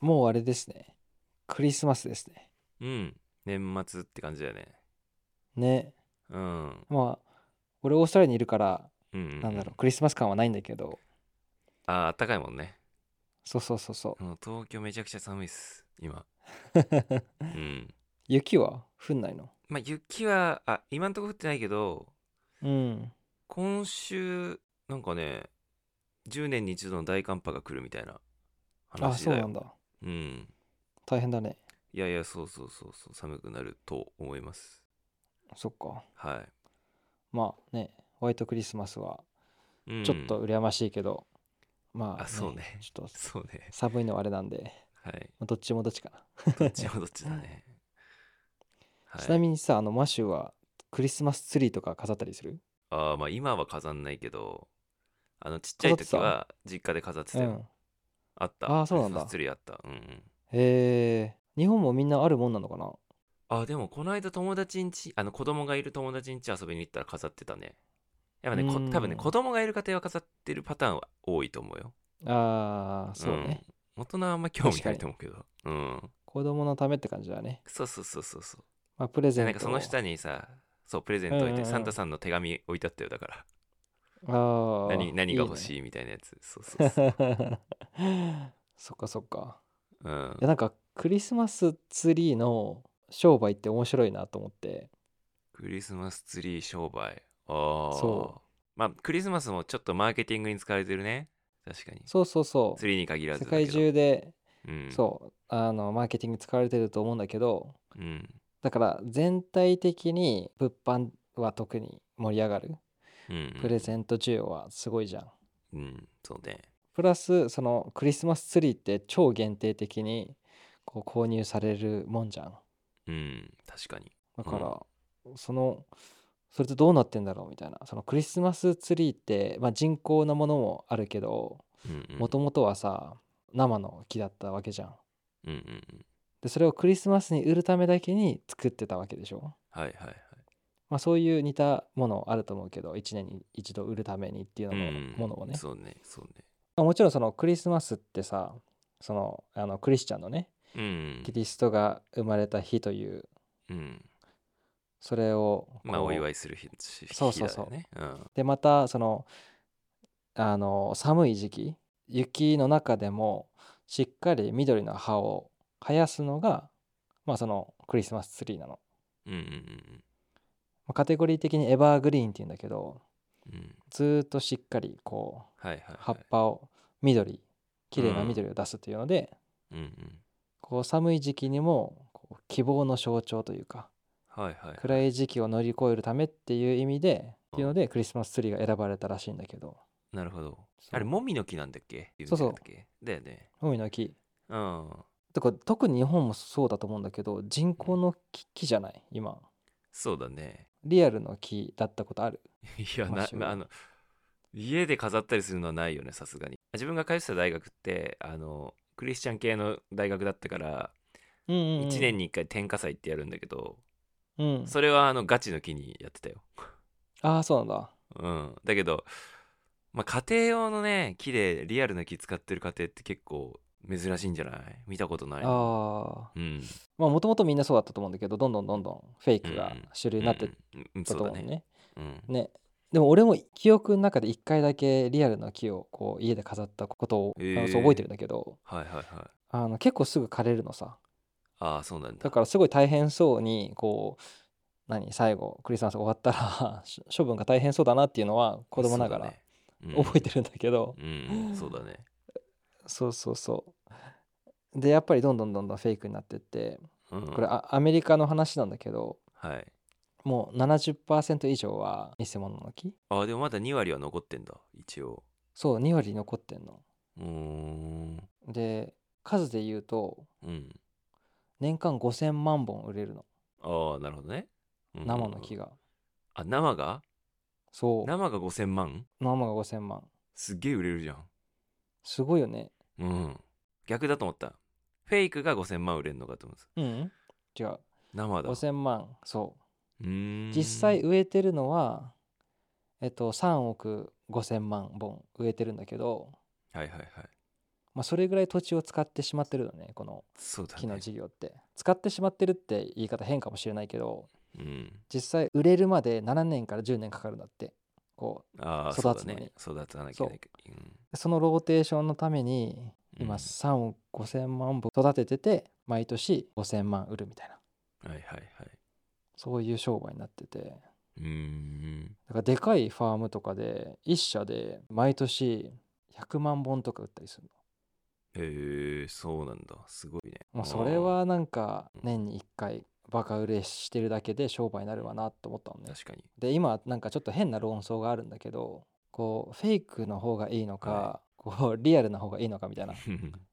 もうあれですね。クリスマスですね。うん年末って感じだよねね。うんまあ、俺オーストラリアにいるから、うんうんうんなんだろう、クリスマス感はないんだけど、あーあったかいもんねそうそうそうそうん東京めちゃくちゃ寒いっす 今う。うん雪は降んないのまあ雪はあ今んとこ降ってないけどうん。今週なんかね10年に一度の大寒波が来るみたいなあ、話そうだなよんだ。うん大変だね。いやいやそうそうそうそう寒くなると思いますそっか。は、まあね、ホワイトクリスマスはいうんちょっと羨ましいけど、まあ、あそうねちょっとそうね寒いのはあれなんで、はいまあどっちもどっちかな。どっちもどっちだ ねはいちなみにさ、あの、マシュはクリスマスツリーとか飾ったりするああまあ今は飾んないけどあのちっちゃい時は実家で飾ってたうよ、ん。あったあーそうなんだ クリスマスツリーあったうんうんへえ日本もみんなあるもんなのかなあーでもこの間友達ん家あの子供がいる友達ん家遊びに行ったら飾ってたねやっぱねこうん多分ね子供がいる家庭は飾ってるパターンは多いと思うよあーそうね、、ん大人はあんま興味ないと思うけどうん子供のためって感じだね、そうそうそうそうそうまあ、プレゼでントなんかその下にさそうプレゼント置いうんうんてうんサンタさんの手紙置いてあったよだからあー何何が欲いしいみたいなやつそうそいう そうね そっかそっかうんいやなんかクリスマスツリーの商売って面白いなと思ってクリスマスツリー商売。ああ。。そうまあ、クリスマスもちょっとマーケティングに使われてるね。確かに。そうそうそうツリーに限らず世だけ界ど。中で、うん、そうあのマーケティング使われてると思うんだけどう。うん。だから全体的に物販は特に盛り上がるうん。プレゼント需要はすごいじゃんうん。そうね。プラスそのクリスマスツリーって超限定的にこう購入されるもんじゃんうん。確かに。だから、そのそれってどうなってんだろうみたいなそのクリスマスツリーって、まあ、人工のものもあるけどうん、うん。もともとはさ生の木だったわけじゃんうんうんうん。でそれをクリスマスに売るためだけに作ってたわけでしょはいはいはい。まあそういう似たものあると思うけど1年に一度売るためにっていうのも,、うんものをねそうね。そうね。まあもちろんそのクリスマスってさそのあのクリスチャンのねうんキ。リストが生まれた日といううん。それをまあ、お祝いいする日し日だそようそうそうね。うん。でまたそのあの寒い時期雪の中でもしっかり緑の葉を生やすのがまあそのクリスマスツリーなのうんうんうんまあカテゴリー的にエバーグリーンって言うんだけどうん。うん。ずーっとしっかりこうはいはい、はい。葉っぱを緑綺麗なうん緑を出すというので、うんうん。こう寒い時期にもこう希望の象徴というかはいはい。暗い時期を乗り越えるためっていう意味でっていうのでクリスマスツリーが選ばれたらしいんだけどなるほど。そうあれ、もみの木なんだっけそうそう言んだっけだよね。海の木うん。とか特に日本もそうだと思うんだけど人工の木木じゃない今そうだね。 リアルの木だったことあるいや場な所なあの家で飾ったりするのはないよねさすがに自分が通ってた大学ってあのクリスチャン系の大学だったから、うんうん、うん、 1年に1回天下祭ってやるんだけど、うんそれはあのガチの木にやってたよ、ああそうなんだうん、だけど、まあ、家庭用のね木でリアルな木使ってる家庭って結構珍しいんじゃない見たことないなああうんまあもともとみんなそうだったと思うんだけどどんどんどんどんフェイクがうんうん主流になってっうんうんたそうとだ思うね,、ねうんねでも俺も記憶の中で1回だけリアルの木をこう家で飾ったことを、あのへえそう覚えてるんだけどはいはいはいあの結構すぐ枯れるのさああそうなんだだからすごい大変そうにこう何最後クリスマス終わったらし処分が大変そうだなっていうのは子供ながら覚えてるんだけどるうん、うん、そうだねそうそうそうでやっぱりどんどんどんどんフェイクになってってうんこれあアメリカの話なんだけどはいもう70%以上は偽物の木あでもまだ2割は残ってんだ一応そう2割残ってんのうーんで数で言うとうん年間5000万本売れるのああなるほどね、うんうんうん生の木があ生がそう生が5000万生が5000万すっげえ売れるじゃんすごいよねうん逆だと思ったフェイクが5000万売れるのかと思うんですうんうん違う生だ5000万そううーん実際植えてるのは、えっと、3億5千万本植えてるんだけど、はいはいはいままあ、それぐらい土地を使ってしまってるのねこのそうだ木のね。事業って使ってしまってるって言い方変かもしれないけどうん。実際売れるまで7年から10年かかるんだってこああ、育そうだつのにね。育たなきゃいけないけど。うんうそのローテーションのために今うん3億5000万本育ててて毎年5000万売るみたいなはいはいはい。そういう商売になっててうーん。だからでかいファームとかで1社で毎年100万本とか売ったりするのへえそうなんだ。すごいね。もうそれあはなんかうん年に1回バカ売れしてるだけで商売になるわなと思ったのーね確かに。で今なんかちょっと変な論争があるんだけどこうフェイクの方がいいのか、はこうリアルな方がいいのかみ たいな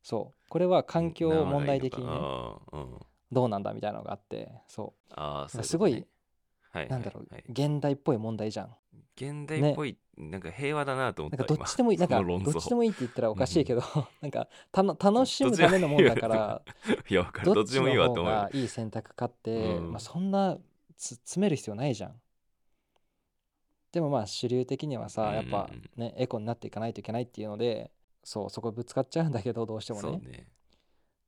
そうこれは環境問題的にねああー、うん。どうなんだみたいなのがあってそああ、そううことねすごい、はい、うなんだろう、はい現代っぽい問題じゃん現代っぽい、なんか平和だなと思なんっかた。どっちでもいいなん今かその論どっちで争。もいいって言ったらおかしいけど なんかたの楽しむためのもんだから いや、わかる。どどっっちでちでももいいいいわわとと思思うう方がよ。いい選択かって、うんまあ、そんなつ詰める必要ないじゃん。でもまあ主流的にはさやっぱうんうんねエコになっていかないといけないっていうのでそうそこぶつかっちゃうんだけどどうしてもそうね、ね。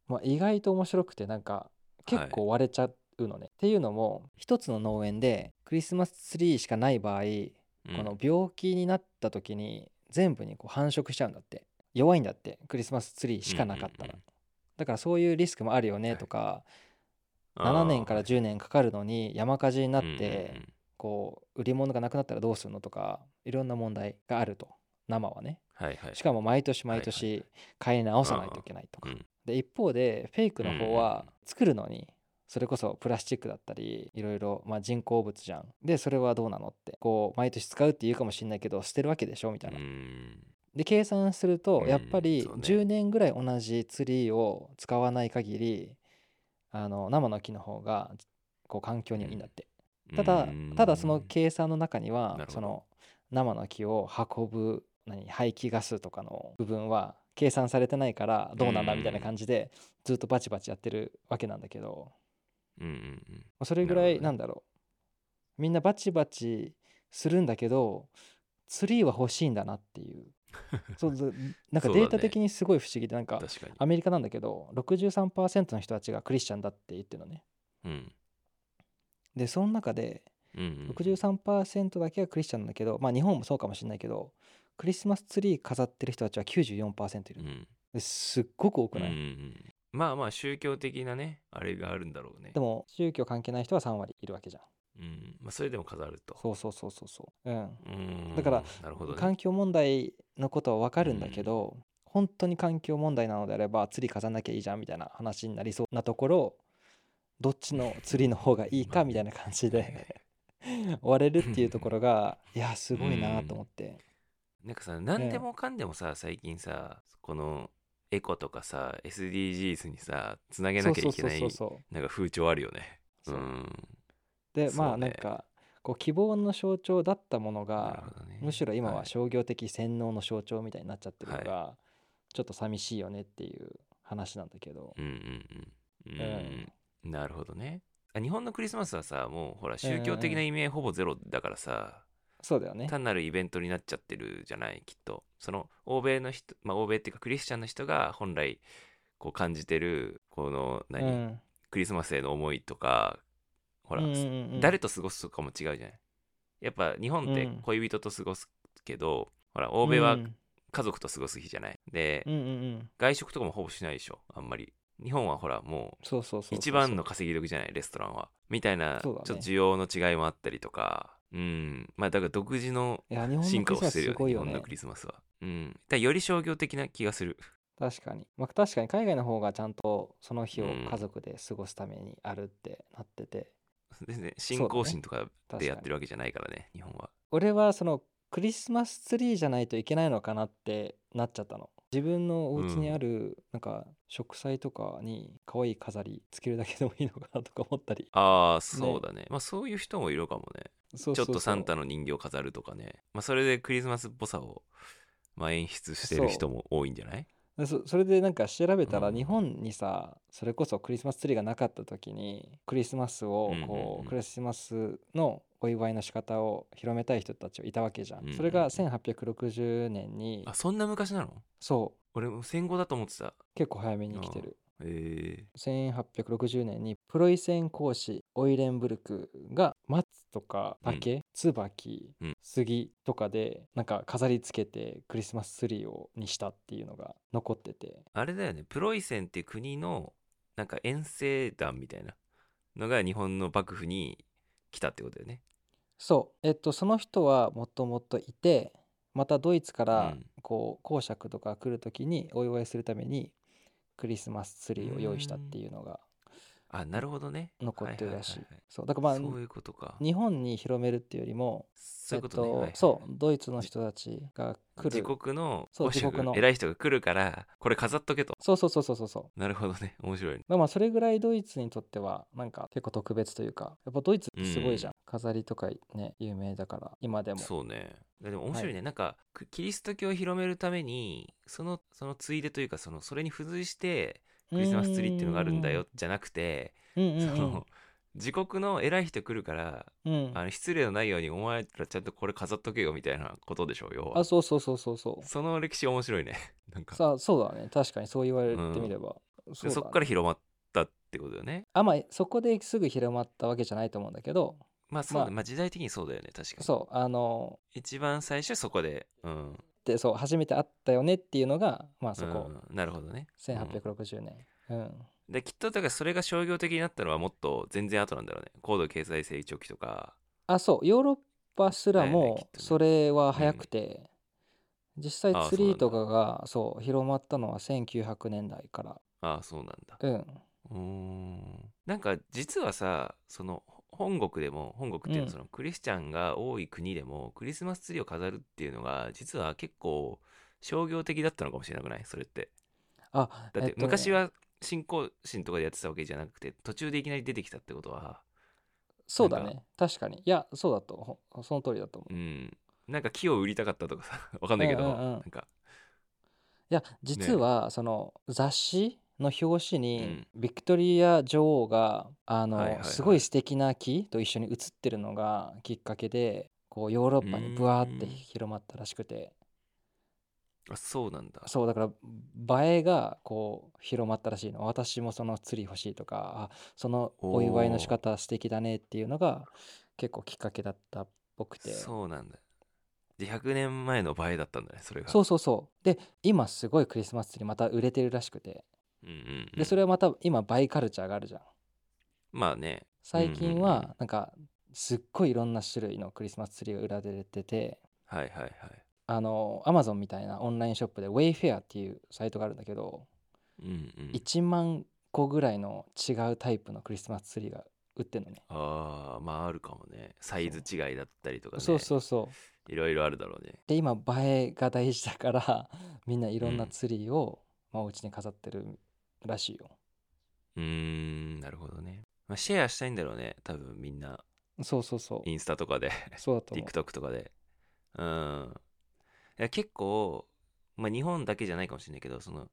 まあ、意外と面白くてなんか結構割れちゃうのね。っていうのも一つの農園でクリスマスツリーしかない場合うんこの病気になった時に全部にこう繁殖しちゃうんだって弱いんだってクリスマスツリーしかなかったら、うんうんうんだからそういうリスクもあるよねはいとか、あー7年から10年かかるのに山火事になって、うんうんうんこう売り物がなくなったらどうするのとかいろんな問題があると生はねはいはい。しかも毎年毎は年買い直さないといけないとか、うんで一方でフェイクの方うんうはん作るのにそれこそプラスチックだったりいろいろ、まあ、人工物じゃんでそれはどうなのってこう毎年使うって言うかもしれないけど捨てるわけでしょみたいうな、ん。で計算するとうんやっぱりそうね10年ぐらい同じツリーを使わない限りあの生の木の方がこう環境にはいいんだって、ただうんただその計算の中になるはほどその生の木を運ぶ何排気ガスとかの部分は計算されてないからどうなんだみたいな感じでずっとバチバチやってるわけなんだけどうんうんうん。まあそれぐらいななるんだろうみんなバチバチするんだけどツリーは欲しいんだなっていう そうずなんかそうだデねータ的にすごい不思議でなんか確かに。アメリカなんだけど63%の人たちがクリスチャンだって言ってるのねうん。でその中でうんうん。 63%だけがクリスチャンなんだけど、まあ日本もそうかもしれないけどクリスマスツリー飾ってる人たちは94%いるうの、ん。ですっごく多くない、うんうんうんまあまあ宗教的なねあれがあるんだろうねでも宗教関係ない人は3割いるわけじゃんうんまあ、それでも飾るとそうそうそうそうそううんうーんだからなるほど、ね、環境問題のことは分かるんだけど、本当に環境問題なのであれば釣り飾んなきゃいいじゃんみたいな話になりそうなところどっちの釣りの方がいいまかあみたいな感じはいはで 割れるっていうところがいやすごいなうんと思って、なんかさ何でもかんでもさ最近さこのエコとかさ SDGs にさつなげそなうきそうゃいけそうないそうそうなんか風潮あるよねうそうんでまそあうなねんかこう希望の象徴だったものなるがほどねむしろ今はい商業的洗脳の象徴みたいになっちゃってるのはいがちょっと寂しいよねっていう話なんだけどうんうんうんうん、なるほどねあ日本のクリスマスはさもうほら宗教的な意味合いほぼゼロだからさ、そうだよね単なるイベントになっちゃってるじゃないきっとその欧米の人まあ欧米っていうかクリスチャンの人が本来こう感じてるこのう何、んクリスマスへの思いとかほら、うんうんうんうん誰と過ごすとかも違うじゃないやっぱ日本ってうん恋人と過ごすけど、ほら欧米はうん家族と過ごす日じゃないで、うんうんうん外食とかもほぼしないでしょあんまり日本はほらもそうそうそううそう一番の稼ぎ時じゃないレストランはみたいな、ちそうょだねっと需要の違いもあったりとかうんまあだから独自のいや日本の進ク化リスをマしスてるすよごねい日よ本ねのクリスマスはうんだからより商業的な気がする 確かにまあ確かに海外の方がちゃんとその日をうん家族で過ごすためにあるってなってて全然信仰心とか確でやかってにるわけじゃないからね日本は俺はそのクリスマスツリーじゃないといけないのかなってなっちゃったの自分のお家にうんあるなんか植栽とかに可愛い飾りつけるだけでもいいのかなとか思ったりああそうだねまあそういう人もいるかもねそうちょっそうとサンそうタの人形を飾るとかねまあそれでクリスマスっぽさを、まあ、演出してる人も多いんじゃないでそそれでなんか調べたらうん日本にさそれこそクリスマスツリーがなかった時にクリスマスをうんうんこうんうクリスマスのお祝いの仕方を広めたい人たちがいたわけじゃうんうんんうんそれが1860年にあそんな昔なのそ俺も戦後だと思ってた結構早めに来てるえ1860年にプロイセン公使オイレンブルクが松とか竹、椿、うん杉とかでなんか飾り付けてクリスマスツリーをにしたっていうのが残っててー、あれだよねプロイセンって国のなんか遠征団みたいなのが日本の幕府に来たってことだよねそうえっとその人はもともといてまたドイツかうらんこう公爵とか来る時にお祝いするためにクリスマスツリーを用意したっていうのがあなるほどね残ってるらしいははははそうだからまそうあいうことか日本に広めるっていうよりもそういうことえっとね、はいはいはいそうドイツの人たちが来自る国のそう公爵自国の偉い人が来るからこれ飾っとけとそうそうそうそうそうそうだかなるほどね面白いねらまあそれぐらいドイツにとってはなんか結構特別というかやっぱドイツってすごいじゃん、飾りとかね有名だから今でもそうねでも面白いね、なんかくキリスト教を広めるためにそのそのついでというかそのそれに付随してクリスマスツリーっていうのがあるんだよじゃなくて、うーんうんその自国の偉い人来るからうんうん、うん、あの失礼のないようにお前らちゃんとこれ飾っとけよみたいなことでしょうよあそうそうそうそうそうその歴史面白いね なんかさあそうだね確かにそう言われてみれば、そうだっからね広まったってことだよねあまあそこですぐ広まったわけじゃないと思うんだけどまあそうだ、まあまあ、時代的にそうだよね確かにそうあの一番最初そこでうんでそう初めて会ったよねっていうのがまあそこ、うんなるほどねうん1860年うんできっとだからそれが商業的になったのはもっと全然後なんだろうね高度経済成長期とかあそうヨーロッパすらだよねきっもとねそれは早くて、実際ああツリーそとうなかがそう広まったのは1900年代からああそうなんだうんうーんなんか実はさその本国でも本国っていうのうんはそのクリスチャンが多い国でもクリスマスツリーを飾るっていうのが実は結構商業的だったのかもしれなくないそれってあだっえてとね昔は信仰心とかでやってたわけじゃなくて途中でいきなり出てきたってことはそうだなんかね確かにいやそうだとほその通りだと思う、ういんなんか木を売りたかったとかさ わかんないけど、うんうんうんなんかや実はその雑誌の表紙にビクトリア女王があの、はいはいはいすごい素敵な木と一緒に写ってるのがきっかけでこうヨーロッパにブワーってうーん広まったらしくてあそうなんだそうだから映えがこう広まったらしいの私もその釣り欲しいとかあそのお祝いの仕方素敵だねっていうのが結構きっかけだったっぽくてそうそうなんだで100年前の場合だったんだねそれが、そううそうで今すごいクリスマスツリーまた売れてるらしくてうんうんうんでそれはまた今バイカルチャーがあるじゃんまあね最近うんうんうんはなんかすっごいいろんな種類のクリスマスツリーが売られててはいはいはいあのアマゾンみたいなオンラインショップで Wayfair っていうサイトがあるんだけどうんうん1万個ぐらいの違うタイプのクリスマスツリーが売ってるのねああまああるかもねサイズ違いだったりとかねそうそうそういろいろあるだろうねで今映えが大事だから みんないろんなうんツリーを、まあ、お家に飾ってるらしいようーんなるほどね、まあ、シェアしたいんだろうね多分みんなそうそうそうインスタとかでそうだと思う TikTok とかでうんいや結構、まあ、日本だけじゃないかもしれないけどその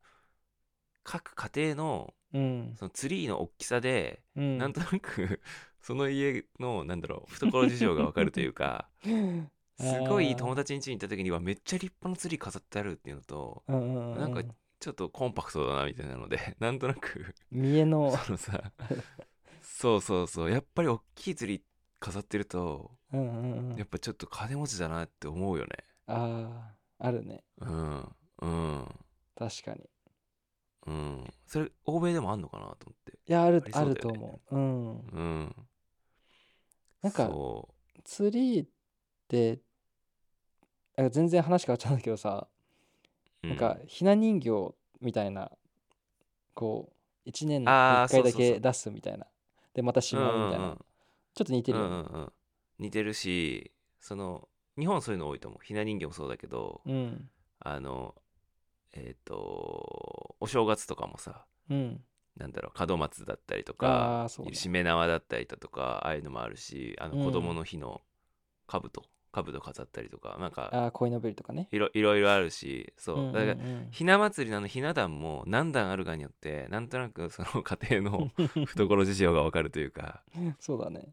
各家庭のうんそのツリーの大きさでうんなんとなくその家のなんだろう懐事情がわかるという かすごい友達ん家に行った時にはめっちゃ立派なツリー飾ってあるっていうのとうんうんうんなんかちょっとコンパクトだなみたいなので なんとなく見栄のそのさそうそうそうやっぱり大きいツリー飾ってるとうんうんうやっんぱちょっと金持ちだなって思うよねあーあるねうんうん確かにうんそれ欧米でもあんのかなと思っていやあるありあ,、そうだよねると思ううんうんなんかそツリーってあ全然話変わっちゃうんだけどさうなんかひな人形みたいなこう1年にあ1回だーそうそうそけう出すみたいなでまたしうんまうみうんたういんなちょっと似てるようんうんねうん、似てるしその日本はそういうの多いと思うひな人形もそうだけど、うんあのえっ、とお正月とかもさうんなんだろう門松だったりとあかーそうねしめ縄だったりだとかああいうのもあるしあうのん子供の日の兜、兜飾ったりとかなんかああ恋のベルとかねいろいろいろあるしそう、うんうんだからうんひな祭りのあのひな壇も何段あるかによってなんとなくその 家庭 の懐事情がわかるというかそうだね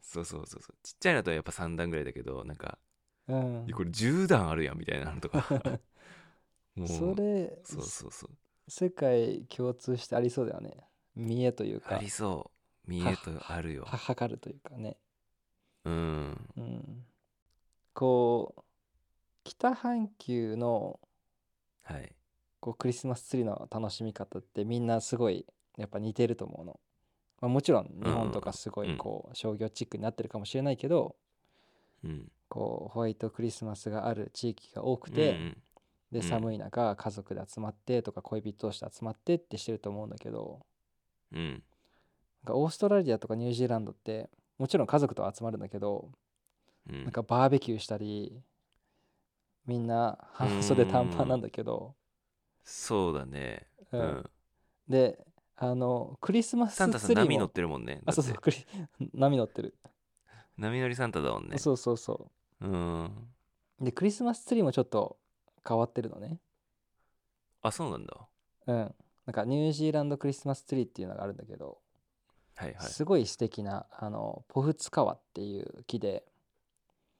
そうそうそうそうちっちゃいのだとやっぱ3段ぐらいだけどなんかうん いやこれ10段あるやんみたいなのとか確もうそれそうそうそう世界共通してありそうだよね見栄というあかりそう見えとあるよははかるというかね、うんうん、こう北半球のはいこうクリスマスツリーの楽しみ方ってみんなすごいやっぱ似てると思うの、まあ、もちろん日本とかすごういんこう商業チックになってるかもしれないけど、うんこうホワイトクリスマスがある地域が多くうんうて、んでうん寒い中家族で集まってとか恋人同士で集まってってしてると思うんだけどうんなんかオーストラリアとかニュージーランドってもちろん家族とは集まるんだけどうんなんかバーベキューしたりみんな半袖短パンなんだけど、そうだねううんんであのクリスマスサンタさツんリ波ー乗もってるもんねあそうそうだっクてリ 波乗ってる、波乗りサンタだもんねそうそうそうんうでクリスマスツリーもちょっと変わってるのねあそうなんだうんなんかニュージーランドクリスマスツリーっていうのがあるんだけど、はいはいすごい素敵なあのポフツカワっていう木で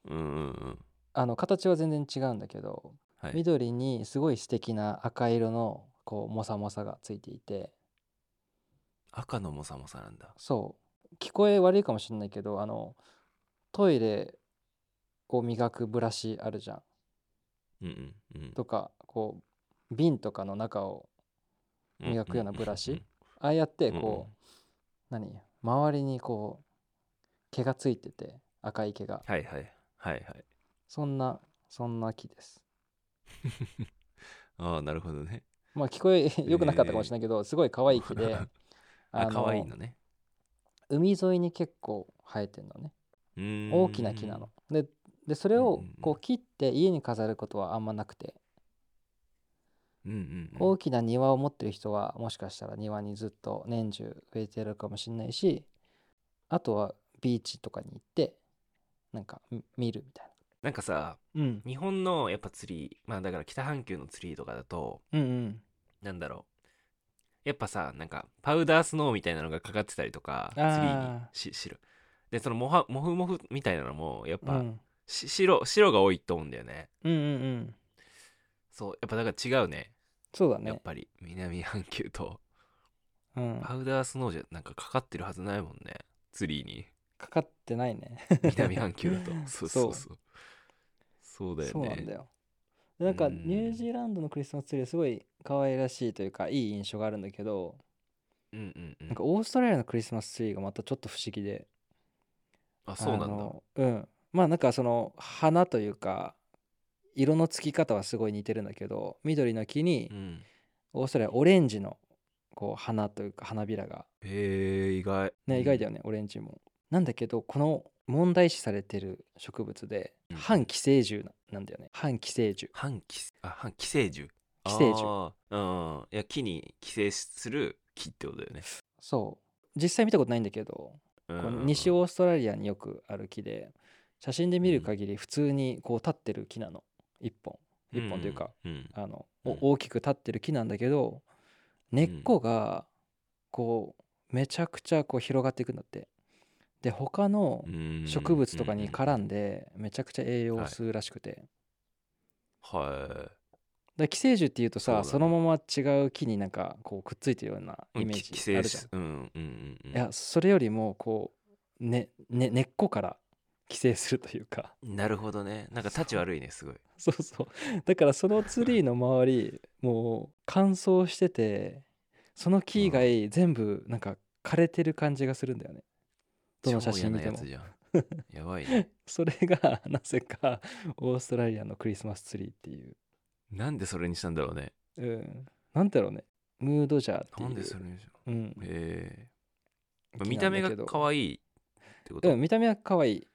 うんうんうんあの形は全然違うんだけどはい緑にすごい素敵な赤色のこうモサモサがついていて赤のモサモサなんだそう聞こえ悪いかもしれないけどあのトイレを磨くブラシあるじゃんうんうんうんとかこう瓶とかの中をうん磨くようなブラシああやってこう、何周りにこう毛がついてて赤い毛がはいはいはいはいそんなそんな木ですああなるほどねまあ聞こえ良くなかったかもしれないけど、すごい可愛い木で あ可愛いのね海沿いに結構生えてんのねうーん大きな木なのででそれうんをうんうんこう切って家に飾ることはあんまなくてうんうんうん大きな庭を持ってる人はもしかしたら庭にずっと年中植えてるかもしれないしあとはビーチとかに行ってなんかみ見るみたいなんかさな、うん、日本のやっぱ釣りまあだから北半球の釣りとかだとうんうんなんだろうやっぱさなんかパウダースノーみたいなのがかかってたりとかあー釣りにし白でそのモハモフモフみたいなのもやっうぱ、んし白白が多いと思うんだよねうんうんうんそうやっぱだから違うねそうだやっねぱり南半球とうんパウダースノーじゃなんかかかってるはずないもんね釣り にかかってないね南半球だとそうそうそうそうだよねそうなんだよでなんかうんニュージーランドのクリスマスツリーはすごい可愛らしいというかいい印象があるんだけどうんうんうんなんかオーストラリアのクリスマスツリーがまたちょっと不思議であそうなあんだのうんまあなんかその花というか色のつき方はすごい似てるんだけど緑の木にうんオーストラリアオレンジのこう花というか花びらがへえ意外ね意外だよよねオレンジもなんだけどこの問題視されてる植物でうん反寄生獣ななんだよね反寄生獣反寄あ反寄生獣寄生獣あーうんいや木に寄生する木ってことだよね、そう実際見たことないんだけどうんうんこうんの西オーストラリアによくある木で写真で見る限り普通にこう立ってる木なの一本一本というか、うんうんあの、うおん大きく立ってる木なんだけど根っこがこうめちゃくちゃこう広がっていくんだってで他のうん植物とかに絡で、んでめちゃくちゃ栄養をはい吸うらしくて、はだから寄生獣っていうとそうさだねそのまま違う木になんかこうくっついてるようないイメーき寄ジあ生るじゃん、しうんうんうんいやそれよりもこう、ねね、根っこから寄生するというかなるほどねなんか立ち悪いねすごい そうそうだからそのツリーの周りもう乾燥しててその木以外全部なんか枯れてる感じがするんだよねどの写真見ても超嫌なやつじゃんやばいねそれが なぜかオーストラリアのクリスマスツリーっていう、なんでそれにしたんだろうねうん、なんだろうねムードジャーっていなうんでそれにしたうん、のへえ木見た目なんがだけど可愛いってこと、うん見た目は可愛い、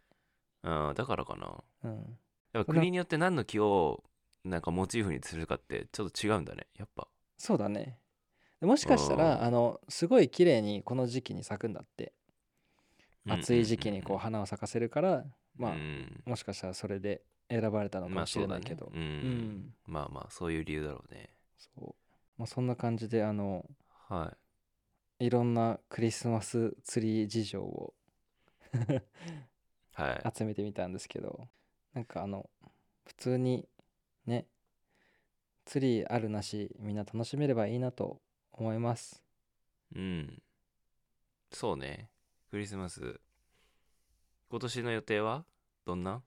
あーだからかなうん、やっぱ国によって何の木をなんかモチーフにするかってちょっと違うんだねやっぱそうだねでもしかしたらうんあのすごい綺麗にこの時期に咲くんだって暑い時期にこう花を咲かせるからまああもしかしたらそれで選ばれたのかまもあしそうれだないねけど、うんうんまあまあそういう理由だろうねそうまあ、そんな感じであのはいろんなクリスマスツリー事情をいはい集めてみたんですけどなんかあの普通にねツリーあるなしみんな楽しめればいいなと思いますうんそうねクリスマス今年の予定はどんな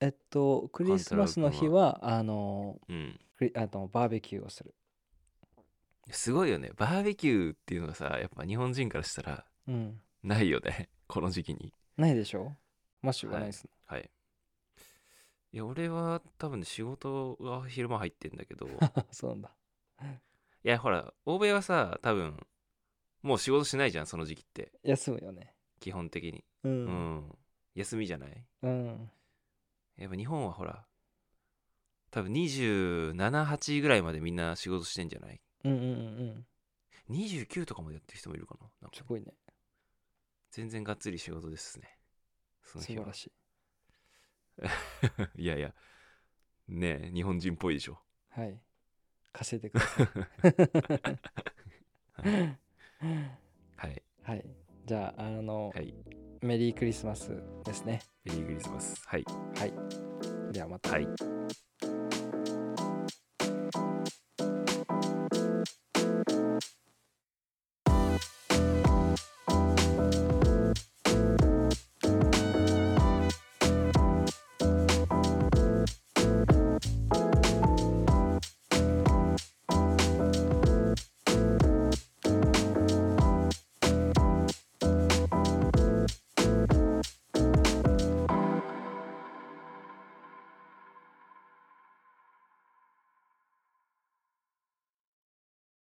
えっとクリスマスの日はあのうんクリあのバーベキューをするすごいよねバーベキューっていうのがさやっぱ日本人からしたらうんないよね この時期にないでしょマッシュはないですね、はいいや俺は多分ね仕事が昼間入ってんだけどい そうなんだやほら欧米はさ多分もう仕事しないじゃんその時期って休むよね基本的にううんん、休みじゃないうん、やっぱ日本はほら多分278ぐらいまでみんな仕事してんじゃないうんうんうんうん29とかまでやってる人もいるかななんかすごいね全然がっつり仕事ですねその素日晴はらしい いやいやねえ日本人っぽいでしょはい稼いでくださいはいはいじゃああの、はいメリークリスマスですねメリークリスマスはいはいではまたはい